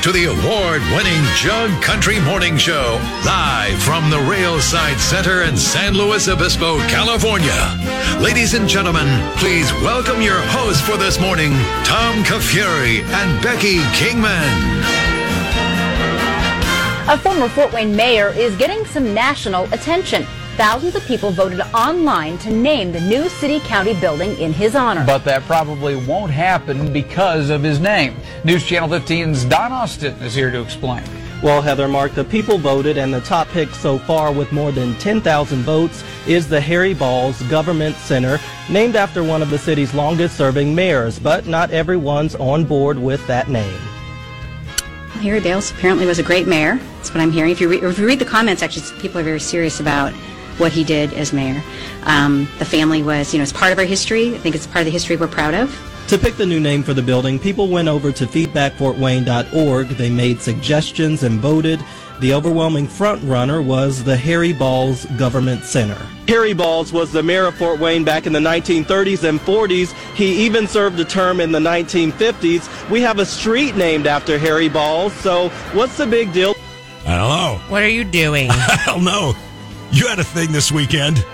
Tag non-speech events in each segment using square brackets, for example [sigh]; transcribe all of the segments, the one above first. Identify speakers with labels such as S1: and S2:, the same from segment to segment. S1: to the award winning Jug Country Morning Show, live from the Railside Center in San Luis Obispo, California. Ladies and gentlemen, please welcome your hosts for this morning, Tom Kafuri and Becky Kingman.
S2: A former Fort Wayne mayor is getting some national attention. Thousands of people voted online to name the new city county building in his honor.
S3: But that probably won't happen because of his name. News Channel 15's Don Austin is here to explain.
S4: Well, Heather, Mark, the people voted, and the top pick so far with more than 10,000 votes is the Harry Balls Government Center, named after one of the city's longest serving mayors, but not everyone's on board with that name.
S5: Harry Bales apparently was a great mayor. That's what I'm hearing. If you, re- if you read the comments, actually, people are very serious about what he did as mayor. Um, the family was, you know, it's part of our history. I think it's part of the history we're proud of.
S4: To pick the new name for the building, people went over to feedbackfortwayne.org. They made suggestions and voted. The overwhelming front runner was the Harry Balls Government Center. Harry Balls was the mayor of Fort Wayne back in the 1930s and 40s. He even served a term in the 1950s. We have a street named after Harry Balls, so what's the big deal?
S6: I don't know.
S7: What are you doing?
S6: I don't know. You had a thing this weekend.
S7: [laughs]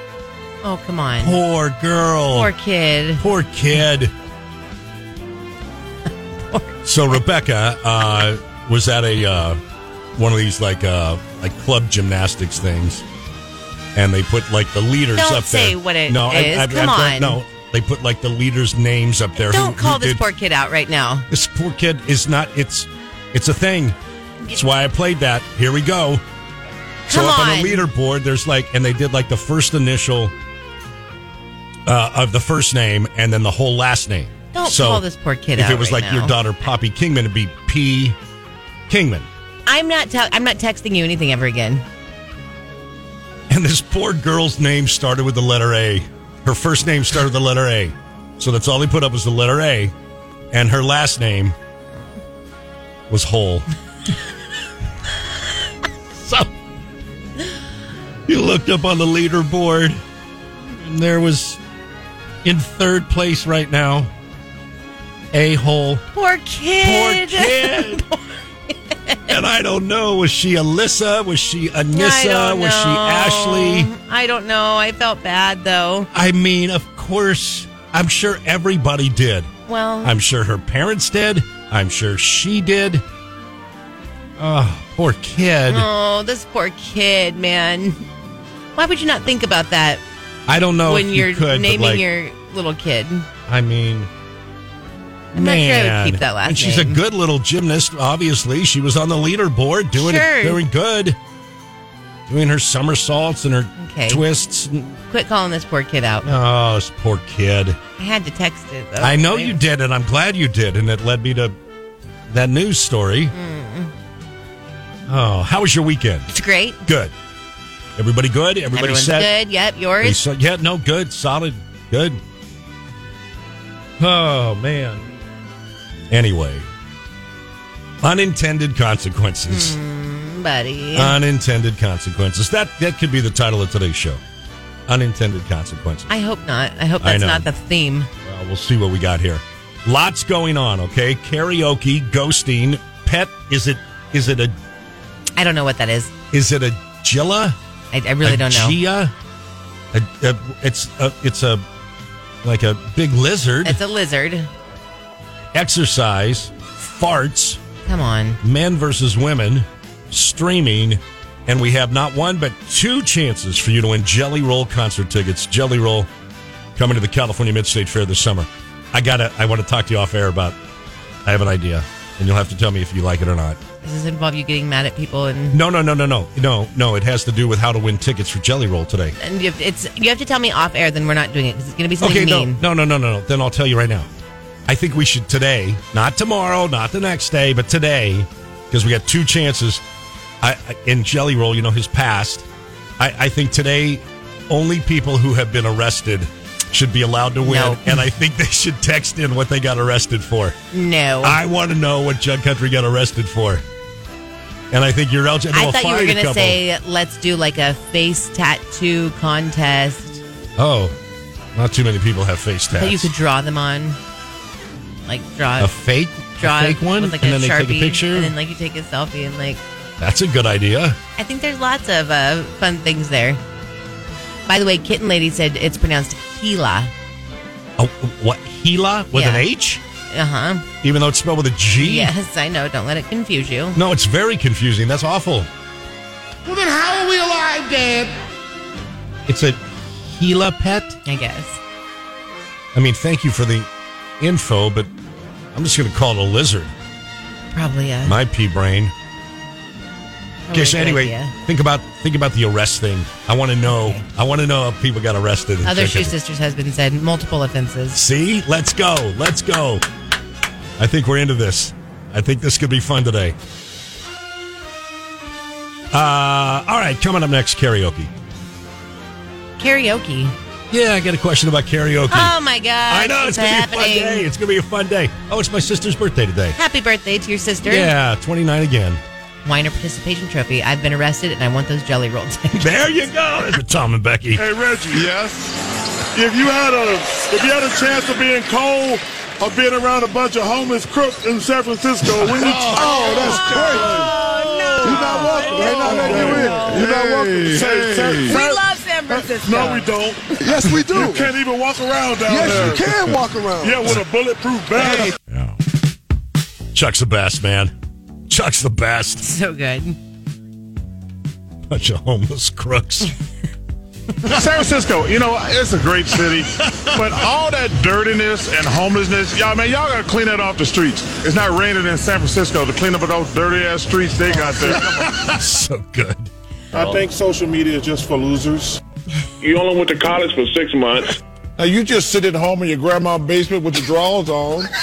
S7: oh, come on. Poor,
S6: Poor girl.
S7: kid.
S6: Poor
S7: [laughs]
S6: kid. so Rebecca uh, was at a uh, one of these like uh, like club gymnastics things, and they put like the leaders
S7: Don't
S6: up there.
S7: say what it
S6: no, I-
S7: is.
S6: I, I,
S7: Come
S6: I-
S7: on.
S6: No, they put like the leaders' names up there. who-
S7: Don't call
S6: who
S7: this
S6: did-
S7: poor kid out right now.
S6: This poor kid is not. It's it's a thing. That's why I played that. Here we go. So
S7: Come
S6: up on.
S7: on.
S6: the leaderboard, there's like, and they did like the first initial uh, of the first name, and then the whole last name.
S7: Don't
S6: so
S7: call this poor kid
S6: If
S7: out
S6: it was
S7: right
S6: like
S7: now.
S6: your daughter Poppy Kingman, it'd be P. Kingman.
S7: I'm not. Te- I'm not texting you anything ever again.
S6: [laughs] And this poor girl's name started with the letter A. Her first name started with the letter A. So that's all they put up was the letter A. And her last name was Hole. [laughs] so you looked up on the leaderboard, and there was in third place right now A Hole.
S7: Poor
S6: Poor
S7: kid. [laughs]
S6: kid. And I don't know. Was she Alyssa? Was she
S7: I
S6: Anissa?
S7: don't
S6: Was she
S7: know.
S6: Ashley?
S7: I don't know. I felt bad though.
S6: I mean, of course, I'm sure everybody did.
S7: Well,
S6: I'm sure her parents did. I'm sure she did. Oh, poor kid.
S7: oh, this poor kid, man. Why would you not think about that
S6: I don't know
S7: when
S6: if Oh, you
S7: you're
S6: could, but,
S7: naming
S6: like,
S7: your little kid?
S6: I mean,
S7: I'm not sure I
S6: man.
S7: would keep that last
S6: and she's
S7: name.
S6: a good little gymnast. Obviously, she was on the leaderboard doing
S7: Sure.
S6: doing good, doing her somersaults and her
S7: Okay.
S6: twists.
S7: Quit calling this poor kid out.
S6: Oh, this poor kid.
S7: I had to text it. Though.
S6: I know you did, and I'm glad you did, and it led me to that news story.
S7: Mm-hmm.
S6: Oh, how was your weekend?
S7: It's great.
S6: Good. Everybody good? Everybody
S7: Everyone's
S6: set?
S7: good. Yep.
S6: They
S7: Yours.
S6: so- yeah, no, good, solid, good. Oh man. Anyway, unintended consequences.
S7: Mm-hmm. buddy.
S6: Uh, Unintended consequences. That that could be the title of today's show. Unintended consequences.
S7: I hope not. I hope
S6: I
S7: that's
S6: know.
S7: not the theme.
S6: Uh, we'll see what we got here. Lots going on. Okay, karaoke, ghosting, pet. Is it is it a
S7: I don't know what that is.
S6: is it a Jilla?
S7: I, I really
S6: a
S7: don't know.
S6: Gia? A, a, it's a it's a like a big lizard.
S7: It's a lizard.
S6: Exercise, farts,
S7: Come on.
S6: men versus women, streaming, and we have not one but two chances for you to win Jelly Roll concert tickets. Jelly Roll coming to the California Midstate Fair this summer. I gotta. I want to talk to you off air about. I have an idea, and you'll have to tell me if you like it or not.
S7: Does this involve you getting mad at people and
S6: No, no, no, no, no, no, no. It has to do with how to win tickets for Jelly Roll today.
S7: and you have, it's you have to tell me off air. Then we're not doing it because it's going to be something
S6: Okay, no,
S7: mean.
S6: no, no, no, no, no. Then I'll tell you right now. I think we should today, not tomorrow, not the next day, but today, because we got two chances. I, I in Jelly Roll, you know his past. I, I think today only people who have been arrested should be allowed to win,
S7: No.
S6: and I think they should text in what they got arrested for.
S7: No.
S6: I want to know what Jug Country got arrested for. And I think you're out. and
S7: I
S6: we'll
S7: thought you were
S6: find a
S7: going to
S6: couple.
S7: say, let's do like a face tattoo contest
S6: Oh, not too many people have face tats.
S7: that you could draw them on. Like, draw
S6: a fake,
S7: draw
S6: a fake one,
S7: with like
S6: and
S7: a
S6: then they
S7: sharpie,
S6: take a picture.
S7: and then like you take a selfie, and like
S6: That's a good idea.
S7: I think there's lots of uh, fun things there. By the way, Kitten Lady said it's pronounced Gila.
S6: Oh, what Gila with an
S7: Yeah.
S6: H,
S7: Uh huh.
S6: even though it's spelled with a G.
S7: Yes, I know. Don't let it confuse you.
S6: No, it's very confusing. That's awful.
S8: Well, then how are we alive, Dad?
S6: It's a Gila pet.
S7: I guess.
S6: I mean, thank you for the info, but I'm just going to call it a lizard.
S7: Probably a.
S6: My pea brain.
S7: probably
S6: Okay, so
S7: Oh, a good
S6: anyway,
S7: idea.
S6: think about think about the arrest thing. I want to know.
S7: Okay.
S6: I want to know if people got arrested. and
S7: Other
S6: check
S7: Shoe
S6: it.
S7: Sisters has been said multiple offenses.
S6: See, let's go, let's go. I think we're into this. I think this could be fun today. Uh, all right, coming up next, karaoke.
S7: Karaoke.
S6: Yeah, I got a question about karaoke.
S7: Oh my God.
S6: Hmm. I know it's gonna be a fun day. It's gonna be a fun day. Oh, it's my sister's birthday today.
S7: Happy birthday to your sister.
S6: Yeah, 29 again.
S7: Minor participation trophy. I've been arrested and I want those jelly rolls. [laughs]
S6: There you go. That's for Tom and Becky.
S9: Hey Reggie. Yes. If you had a if you had a chance of being cold or being around a bunch of homeless crooks in San Francisco,
S8: [laughs]
S9: when you oh, that's crazy. Oh, You're not welcome. They're not letting you in. You're not welcome. Say- say- say-
S7: San Francisco.
S9: no, we don't.
S8: Yes, we do.
S9: You can't even walk around down there.
S8: yes, you can walk around.
S9: Yeah, with a bulletproof bag.
S6: Yeah. Chuck's the best, man. Chuck's the best.
S7: So good.
S6: Bunch of homeless crooks. [laughs]
S9: [laughs] San Francisco, you know, it's a great city, but all that dirtiness and homelessness, y'all, man, y'all gotta clean that off the streets. It's not raining in San Francisco to clean up those dirty ass streets they got there.
S6: so good.
S9: I think social media is just for losers.
S10: Oh. You only went to college for six months.
S8: Now you just sit at home in your grandma's basement with your drawers on, [laughs]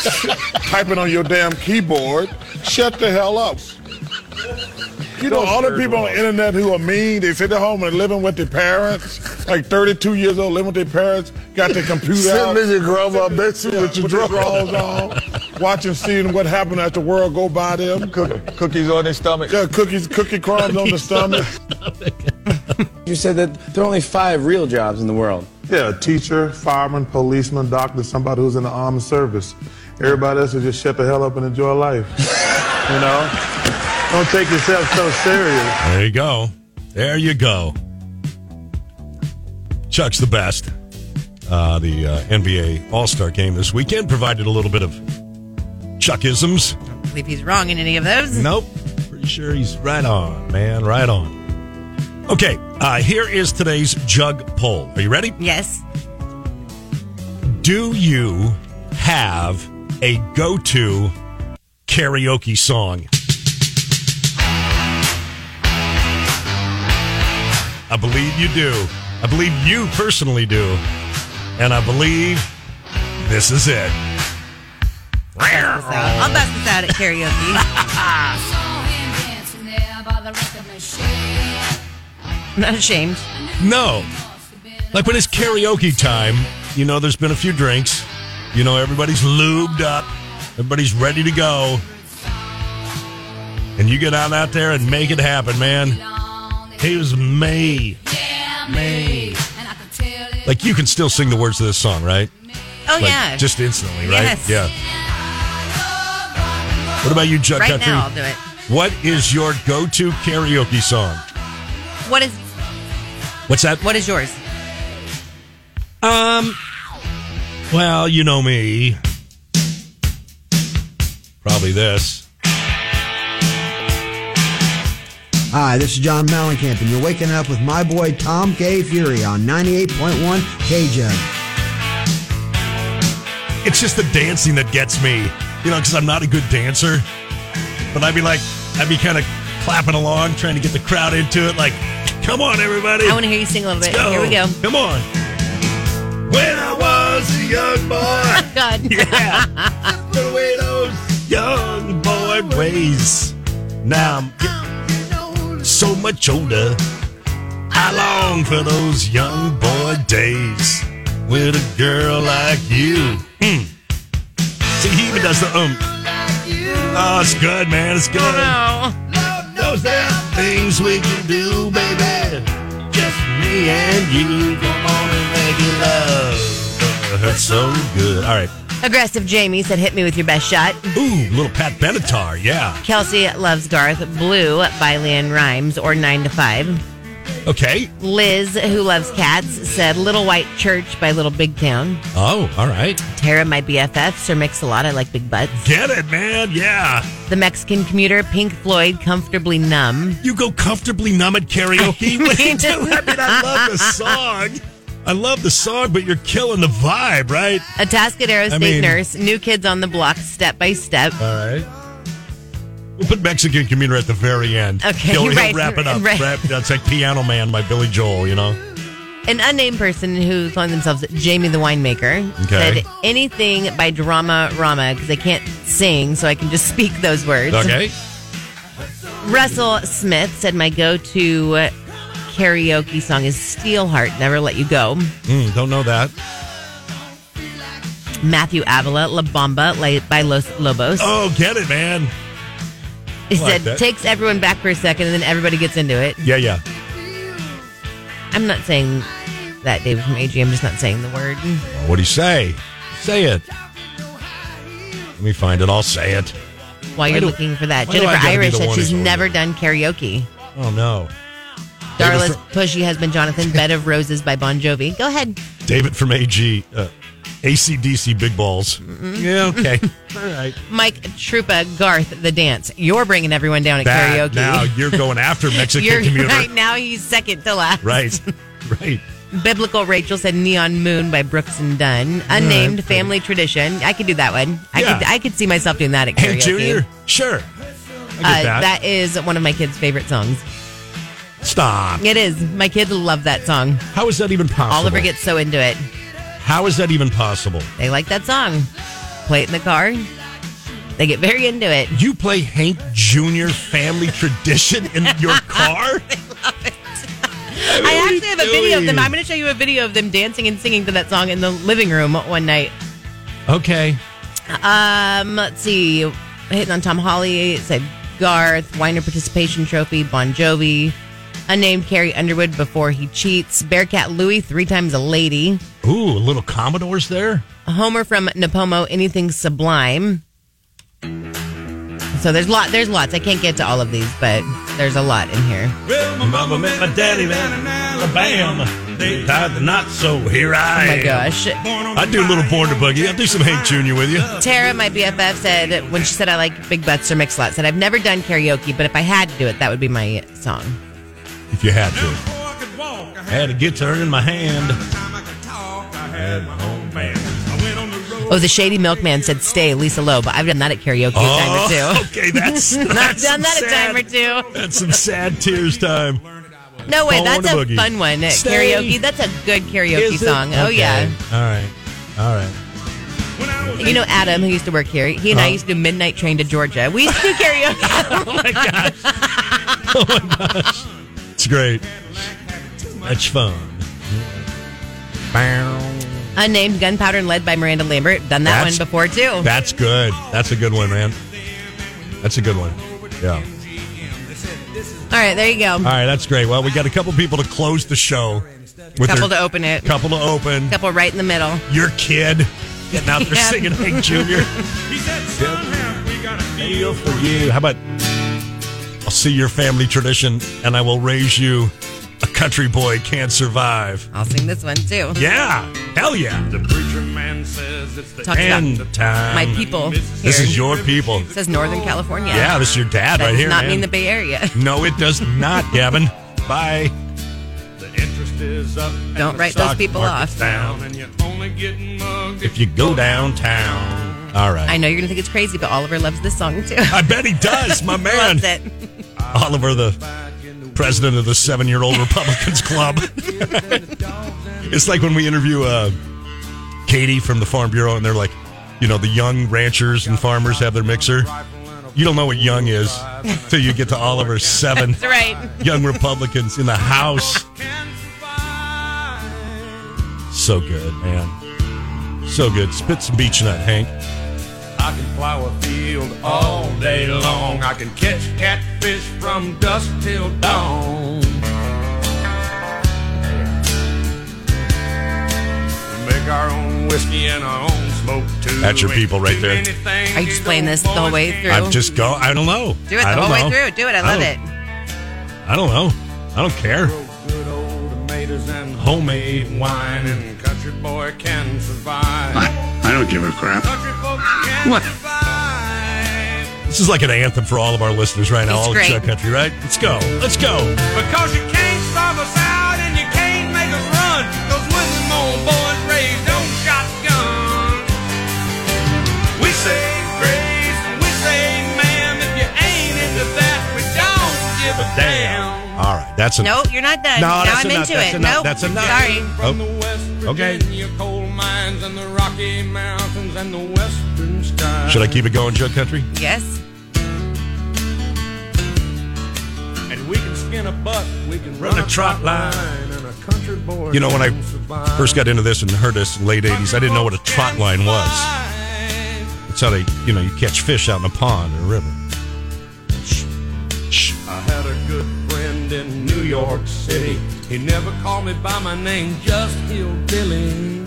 S8: typing on your damn keyboard. Shut the hell up. You know, all the people on the internet who are mean, they sit at home and living with their parents, like 32 years old, living with their parents, got their computer out.
S10: your grandma basement
S8: with your drawers on, watching, seeing what happened as the world go by them.
S10: Cookies on his stomach.
S8: Yeah, cookies, cookie crumbs on the stomach.
S4: You said that there are only five real jobs in the world.
S8: Yeah, teacher, fireman, policeman, doctor, somebody who's in the armed service. Everybody else will just shut the hell up and enjoy life. [laughs] you know? Don't take yourself so serious.
S6: There you go. There you go. Chuck's the best. Uh, the uh, NBA All Star game this weekend provided a little bit of Chuckisms.
S7: I believe he's wrong in any of those.
S6: Nope. Pretty sure he's right on, man. Right on. Okay, uh, here is today's jug poll. Are you ready?
S7: Yes.
S6: Do you have a go to karaoke song? I believe you do. I believe you personally do. And I believe this is it.
S7: So I'll bust this out
S6: [laughs]
S7: at karaoke. [laughs] I'm not ashamed.
S6: No. Like when it's karaoke time, you know there's been a few drinks. You know everybody's lubed up. Everybody's ready to go. And you get out out there and make it happen, man. He was me. Me. Like you can still sing the words to this song, right?
S7: Oh
S6: Like,
S7: yeah.
S6: Just instantly, right?
S7: Yes.
S6: Yeah. What about you, Jug
S7: right
S6: Country?
S7: now I'll do it.
S6: What is your go-to karaoke song?
S7: What is
S6: What's that?
S7: what is yours?
S6: Um. Well, you know me. Probably this.
S4: Hi, this is John Mellencamp, and you're waking up with my boy Tom K. Fury on 98.1 KJ.
S6: It's just the dancing that gets me, you know, because I'm not a good dancer. But I'd be like, I'd be kind of clapping along, trying to get the crowd into it. Like, come on, everybody.
S7: I want to hear you sing a little bit.
S6: Let's go.
S7: Here we go.
S6: Come on. When I was a young boy, [laughs]
S7: God.
S6: yeah, the way those young boy ways. Now I'm so much older. I long for those young boy days with a girl like you. Mm. See, he even does the um. Oh, it's good, man. It's good. Those there are things we can do, baby. Just me and you. Come on and make it love. That's so good. All right.
S7: Aggressive Jamie said, "Hit me with your best shot."
S6: Ooh, little Pat Benatar. Yeah.
S7: Kelsey loves Garth. Blue by Leanne Rhymes or Nine to Five.
S6: Okay.
S7: Liz, who loves cats, said "Little White Church" by Little Big Town.
S6: Oh, all right.
S7: Tara, my BFF, Sir Mix-a-Lot. I like big butts.
S6: Get it, man. Yeah.
S7: The Mexican Commuter, Pink Floyd, comfortably numb.
S6: You go comfortably numb at
S7: [laughs]
S6: karaoke. what do you do? I mean, I love the song. I love the song, but you're killing the vibe, right?
S7: Atascadero State
S6: I mean-
S7: Nurse, New Kids on the Block, Step by Step.
S6: All right. We'll put Mexican Commuter at the very end.
S7: Okay,
S6: He'll, he'll
S7: right,
S6: wrap it up.
S7: right.
S6: Wrap, that's like Piano Man by Billy Joel, you know?
S7: An unnamed person who calling themselves Jamie the Winemaker
S6: Okay.
S7: said anything by Drama Rama because I can't sing, so I can just speak those words.
S6: Okay.
S7: Russell Smith said my go-to karaoke song is Steelheart, Never Let You Go.
S6: Mm, don't know that.
S7: Matthew Avila, La Bamba like, by Los Lobos.
S6: Oh, get it, man.
S7: he
S6: I like
S7: said
S6: that.
S7: takes everyone back for a second and then everybody gets into it.
S6: Yeah, yeah.
S7: I'm not saying that, David from AG. I'm just not saying the word.
S6: What'd he say? Say it. Let me find it. I'll say it.
S7: While you're
S6: do-
S7: looking for that,
S6: why do I
S7: Jennifer
S6: gotta be
S7: Irish
S6: the
S7: said
S6: one
S7: she's
S6: who's older?
S7: never done karaoke.
S6: Oh, no. David
S7: Darla's
S6: Fr-
S7: pushy husband Jonathan, Bed of Roses by Bon Jovi. Go ahead.
S6: David from AG, uh, ACDC Big Balls.
S7: Mm-hmm.
S6: Yeah,
S7: [laughs]
S6: okay. All right.
S7: Mike Trupa, Garth, The Dance. You're bringing everyone down at
S6: That,
S7: karaoke. [laughs]
S6: now you're going after Mexican
S7: You're
S6: Commuter.
S7: right now. You second to last.
S6: Right. Right.
S7: [laughs] Biblical Rachel said "Neon Moon" by Brooks and Dunn. Unnamed family tradition. I could do that one. I
S6: Yeah.
S7: could. I could see myself doing that at [laughs] karaoke.
S6: Hey, Junior. Sure. I get
S7: Uh,
S6: that.
S7: that is one of my kids' favorite songs.
S6: Stop.
S7: It is. My kids love that song.
S6: How is that even possible?
S7: Oliver gets so into it.
S6: How is that even possible?
S7: They like that song. Play it in the car. They get very into it.
S6: You play Hank Jr. Family [laughs] Tradition in
S7: [laughs]
S6: your car?
S7: I actually have a video of them.
S6: doing?
S7: I'm going to show you a video of them dancing and singing to that song in the living room one night.
S6: Okay.
S7: Um, let's see. Hitting on Tom Holly, it said Garth, Weiner Participation Trophy, Bon Jovi, unnamed Carrie Underwood before he cheats, Bearcat Louie, three times a lady,
S6: Ooh, a little Commodores there?
S7: Homer from Napomo, anything sublime. So there's lot there's lots. I can't get to all of these, but there's a lot in here.
S6: Well, my mama met my daddy down in Alabama. They tied the knot, so here I
S7: Oh my gosh.
S6: I do a little Born to Boogie. I'll do some Hank Jr. with you.
S7: Tara, my BFF, said when she said I like big butts or mix lots, said I've never done karaoke, but if I had to do it, that would be my song.
S6: If you had to. I had a guitar in my hand. I had my own band.
S7: Oh, the shady milkman said stay, Lisa Loeb. I've done that at karaoke a time or two.
S6: [laughs] okay, that's,
S7: [laughs] I've
S6: Oh. that's
S7: done that
S6: some
S7: a
S6: sad-
S7: time or two.
S6: That's some sad tears time.
S7: No way,
S6: Bone
S7: that's a
S6: boogie.
S7: fun one. At
S6: Stay.
S7: Karaoke, that's a good karaoke
S6: Is it?
S7: song. Oh
S6: Okay.
S7: yeah.
S6: All right. All right.
S7: You know Adam, who used to work here. He and I
S6: Huh?
S7: used to do midnight train to Georgia. We used to do
S6: [laughs]
S7: karaoke.
S6: Oh my gosh. Oh my gosh. It's great. That's fun.
S7: Unnamed gunpowder and lead by Miranda Lambert. Done that
S6: That's-
S7: one before too.
S6: That's good. That's a good one, man. That's a good one. Yeah.
S7: All right, there you go.
S6: All right, that's great. Well, we got a couple people to close the show. With
S7: Couple
S6: their-
S7: to open it.
S6: Couple to open.
S7: Couple right in the middle.
S6: Your kid. Getting out there
S7: [laughs] Yeah.
S6: singing Hank Jr. Feel for you. How about I'll see your family tradition and I will raise you a country boy can't survive.
S7: I'll sing this one too.
S6: Yeah. Hell yeah.
S11: The preacher man says it's the
S7: Talks
S6: And
S7: about
S6: time.
S7: my people here.
S6: This is your people.
S7: It says Northern California.
S6: Yeah, this is your dad
S7: that
S6: right
S7: does
S6: here.
S7: not
S6: man.
S7: mean the Bay Area. [laughs]
S6: no, it does not, Gavin. Bye.
S11: The interest is up. and
S7: Don't
S11: the
S7: write those
S11: stock
S7: people
S11: market's
S7: off.
S11: Down and you're only getting mugged.
S6: If you go downtown. All right.
S7: I know you're gonna think it's crazy, but Oliver loves this song
S6: [laughs]
S7: too.
S6: I bet he does,
S7: [laughs]
S6: my man.
S7: Loves it.
S6: Oliver, the president of the seven year old Republicans Club. [laughs] it's like when we interview uh, Katie from the Farm Bureau, and they're like, you know, the young ranchers and farmers have their mixer. You don't know what young is till you get to Oliver's seven
S7: That's right.
S6: young Republicans in the House. so good, man. So good. Spit some beach nut, Hank.
S8: I can plow a field all day long. I can catch catfish from dusk till dawn. Make our own whiskey and our own smoke too.
S6: That's your people right there.
S7: Are you just playing this the whole way through?
S6: I've just go. I don't know.
S7: Do it the
S6: I don't
S7: whole way
S6: know.
S7: through. Do it. I love
S6: don't-
S7: it.
S6: I don't know. I don't care.
S8: Tomatoes and homemade wine and country boy can survive.
S11: I don't give a crap.
S8: Country folks can
S6: What?
S8: survive.
S6: This is like an anthem for all of our listeners right now,
S8: It's
S6: all
S8: great.
S6: of Chuck Country, right? Let's go. Let's go.
S8: Because you can't starve us out and you can't make us run. Those Winston boys raised on shotgun. We say grace and we say ma'am. If you ain't into that, we don't give a damn.
S6: All right, that's
S7: No,
S6: enough.
S7: you're not done.
S6: No,
S7: now
S6: that's
S7: I'm
S6: enough.
S7: into
S6: That's
S7: it.
S6: enough.
S7: Nope.
S6: That's enough. Oh,
S7: Sorry.
S8: From the West
S6: okay.
S8: Virginia coal mines and the Rocky Mountains and the western skies.
S6: Should I keep it going, Chuck Country?
S7: Yes.
S8: And we can skin a buck, we can
S6: Run
S8: run,
S6: a trot line.
S8: and a country boy.
S6: You know, when I
S8: can survive.
S6: first got into this and heard this in the late 80s, I didn't know what a trot line was. It's how they, you know, you catch fish out in a pond or a river.
S8: I had a good friend in New York City. He never called me by my name, just Hillbilly.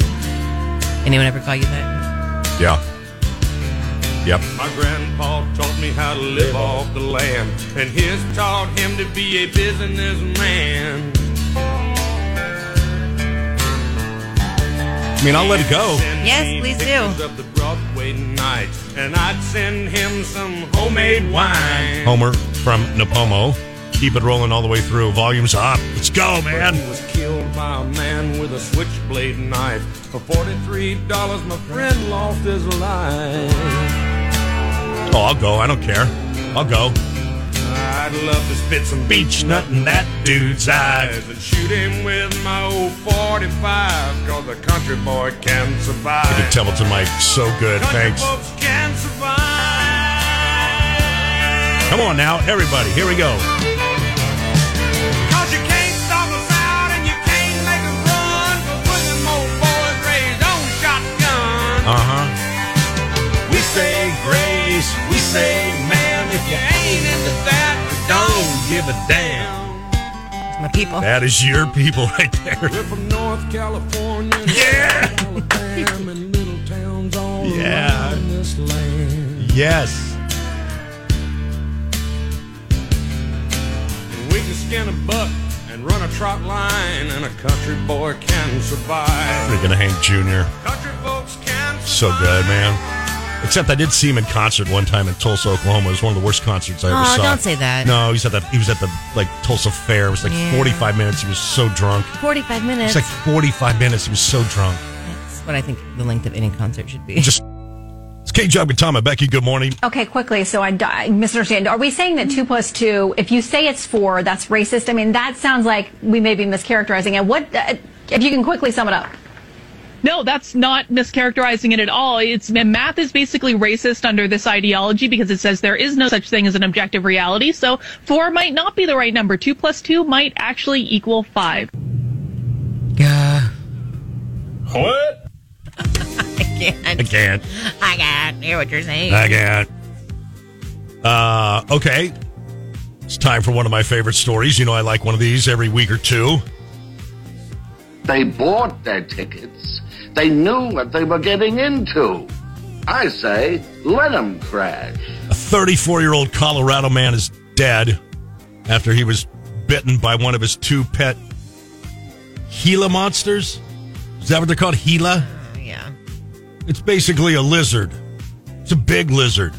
S7: Anyone ever call you that?
S6: Yeah. Yep.
S8: My grandpa taught me how to live off the land, and his taught him to be a businessman.
S6: I mean, I'll let it go.
S7: Yes, please do.
S8: Of the Broadway night, and I'd send him some homemade wine.
S6: Homer from Napomo. Keep it rolling all the way through. Volume's up. Let's go,
S8: man
S6: man.
S8: was killed by a man with a switchblade knife. For forty-three dollars, my friend lost his life.
S6: Oh, I'll go. I don't care. I'll go.
S8: I'd love to spit some
S6: Beach nut in that dude's eyes.
S8: eyes and shoot him with my old forty-five. Cause the country boy can survive.
S6: The Templeton Mike, so good.
S8: country
S6: Thanks.
S8: folks can survive.
S6: Come on now, everybody. Here we go.
S8: 'Cause you can't starve us out and you can't make us run. 'Cause we're them old boys raised on shotgun.
S6: Uh huh.
S8: We say grace, we say man. If you ain't into that, don't give a damn.
S7: It's my people.
S6: That is your people [laughs] right there.
S8: We're from North California,
S6: [laughs] Yeah.
S8: Alabama, and little towns all
S6: Yeah.
S8: around this land.
S6: Yes.
S8: We can skin a buck and run a trot line, and a country boy can survive.
S6: Freaking Hank Jr.
S8: Country folks can survive.
S6: So good, man. Except I did see him in concert one time in Tulsa, Oklahoma. It was one of the worst concerts I ever
S7: Oh,
S6: saw.
S7: don't say that.
S6: No, he was at the he was at the like Tulsa Fair. It was like
S7: Yeah.
S6: 45 minutes. He was so drunk.
S7: 45
S6: It's
S7: minutes.
S6: like 45 minutes. He was so drunk.
S7: That's what I think the length of any concert should be.
S6: Just it's K Job with Tom and Becky. Good morning.
S2: Okay, quickly, so I, I misunderstand. Are we saying that 2 plus 2, if you say it's 4, that's racist? I mean, that sounds like we may be mischaracterizing it. What, uh, if you can quickly sum it up?
S12: No, that's not mischaracterizing it at all. It's math is basically racist under this ideology because it says there is no such thing as an objective reality. So four might not be the right number. Two plus two might actually equal five.
S7: Yeah.
S6: What?
S7: I can't.
S6: I can't.
S7: I can't hear what
S6: [laughs]
S7: you're saying.
S6: I can't. Uh, okay. It's time for one of my favorite stories. You know, I like one of these every week or two.
S13: They bought their tickets. They knew what they were getting into. I say, let them crash.
S6: A 34 year old Colorado man is dead after he was bitten by one of his two pet Gila monsters. Is that what they're called? Gila?
S7: yeah.
S6: It's basically a lizard. It's a big lizard.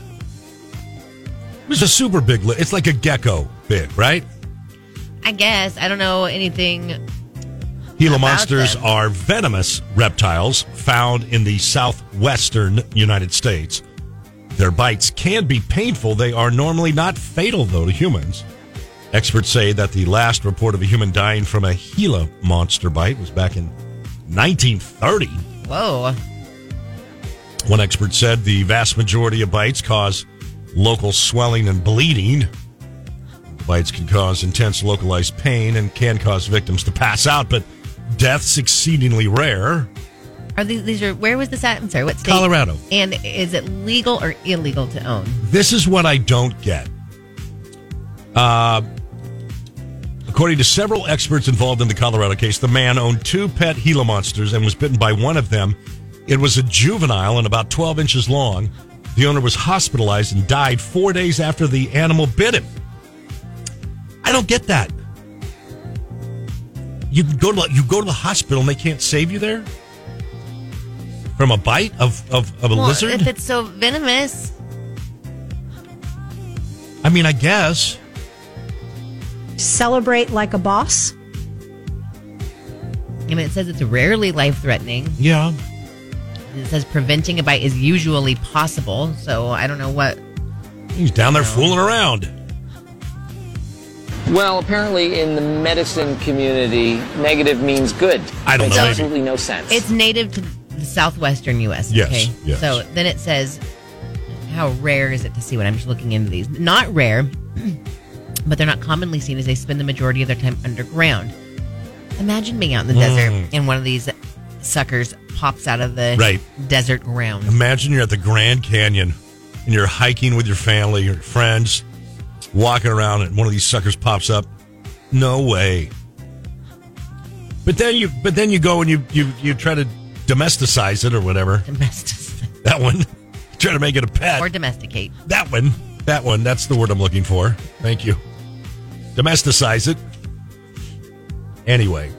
S6: It's a super big lizard. It's like a gecko big, right?
S7: I guess. I don't know anything.
S6: Gila
S7: About
S6: monsters
S7: them.
S6: are venomous reptiles found in the southwestern United States. Their bites can be painful. They are normally not fatal, though, to humans. Experts say that the last report of a human dying from a Gila monster bite was back in 1930.
S7: Whoa.
S6: One expert said the vast majority of bites cause local swelling and bleeding. Bites can cause intense localized pain and can cause victims to pass out, but deaths exceedingly rare.
S7: Are these, these are where was this at? I'm sorry, what state?
S6: Colorado.
S7: And is it legal or illegal to own?
S6: This is what I don't get. Uh, according to several experts involved in the Colorado case, the man owned two pet Gila monsters and was bitten by one of them. It was a juvenile and about 12 inches long. The owner was hospitalized and died four days after the animal bit him. I don't get that. You go to you go to the hospital and they can't save you there from a bite of of, of a
S7: Well,
S6: lizard.
S7: If it's so venomous,
S6: I mean, I guess.
S14: Celebrate like a boss.
S7: I mean, it says it's rarely life threatening.
S6: Yeah.
S7: It says preventing a bite is usually possible. So I don't know what.
S6: He's down there fooling around.
S15: Well, apparently in the medicine community, negative means good.
S6: I don't
S15: Makes
S6: know, maybe.
S15: absolutely no sense.
S7: It's native to the southwestern U.S.
S6: Yes,
S7: Okay.
S6: yes.
S7: So then it says, how rare is it to see one? I'm just looking into these. Not rare, [clears throat] but they're not commonly seen as they spend the majority of their time underground. Imagine being out in the
S6: Mm.
S7: desert and one of these suckers pops out of the
S6: Right.
S7: desert ground.
S6: Imagine you're at the Grand Canyon and you're hiking with your family or your friends, walking around, and one of these suckers pops up. No way. But then you, but then you go and you you you try to domesticize it or whatever.
S7: Domesticize
S6: that one. [laughs] try to make it a pet
S7: [laughs] or domesticate.
S6: That one. That one. That's the word I'm looking for. Thank you. Domesticize it. Anyway,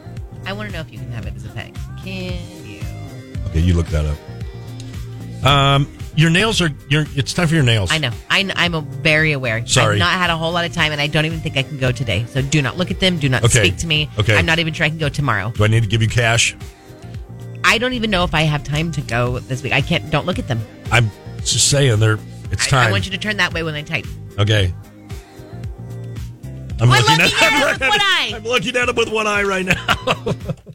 S7: I want to know if you can have it as a pet. Can you?
S6: okay, you look that up. Um, your nails are your. It's time for your nails.
S7: I know. I, I'm a very aware.
S6: Sorry.
S7: I've not had a whole lot of time, and I don't even think I can go today. So do not look at them. Do not
S6: Okay.
S7: speak to me.
S6: Okay.
S7: I'm not even sure I can go tomorrow.
S6: Do I need to give you cash?
S7: I don't even know if I have time to go this week. I can't. Don't look at them.
S6: I'm just saying there. It's
S7: I- I,
S6: time.
S7: want you to turn that way when I type.
S6: okay. I'm
S7: We're
S6: looking,
S7: looking at it with
S6: I'm
S7: one eye.
S6: I'm looking at him with one eye right now.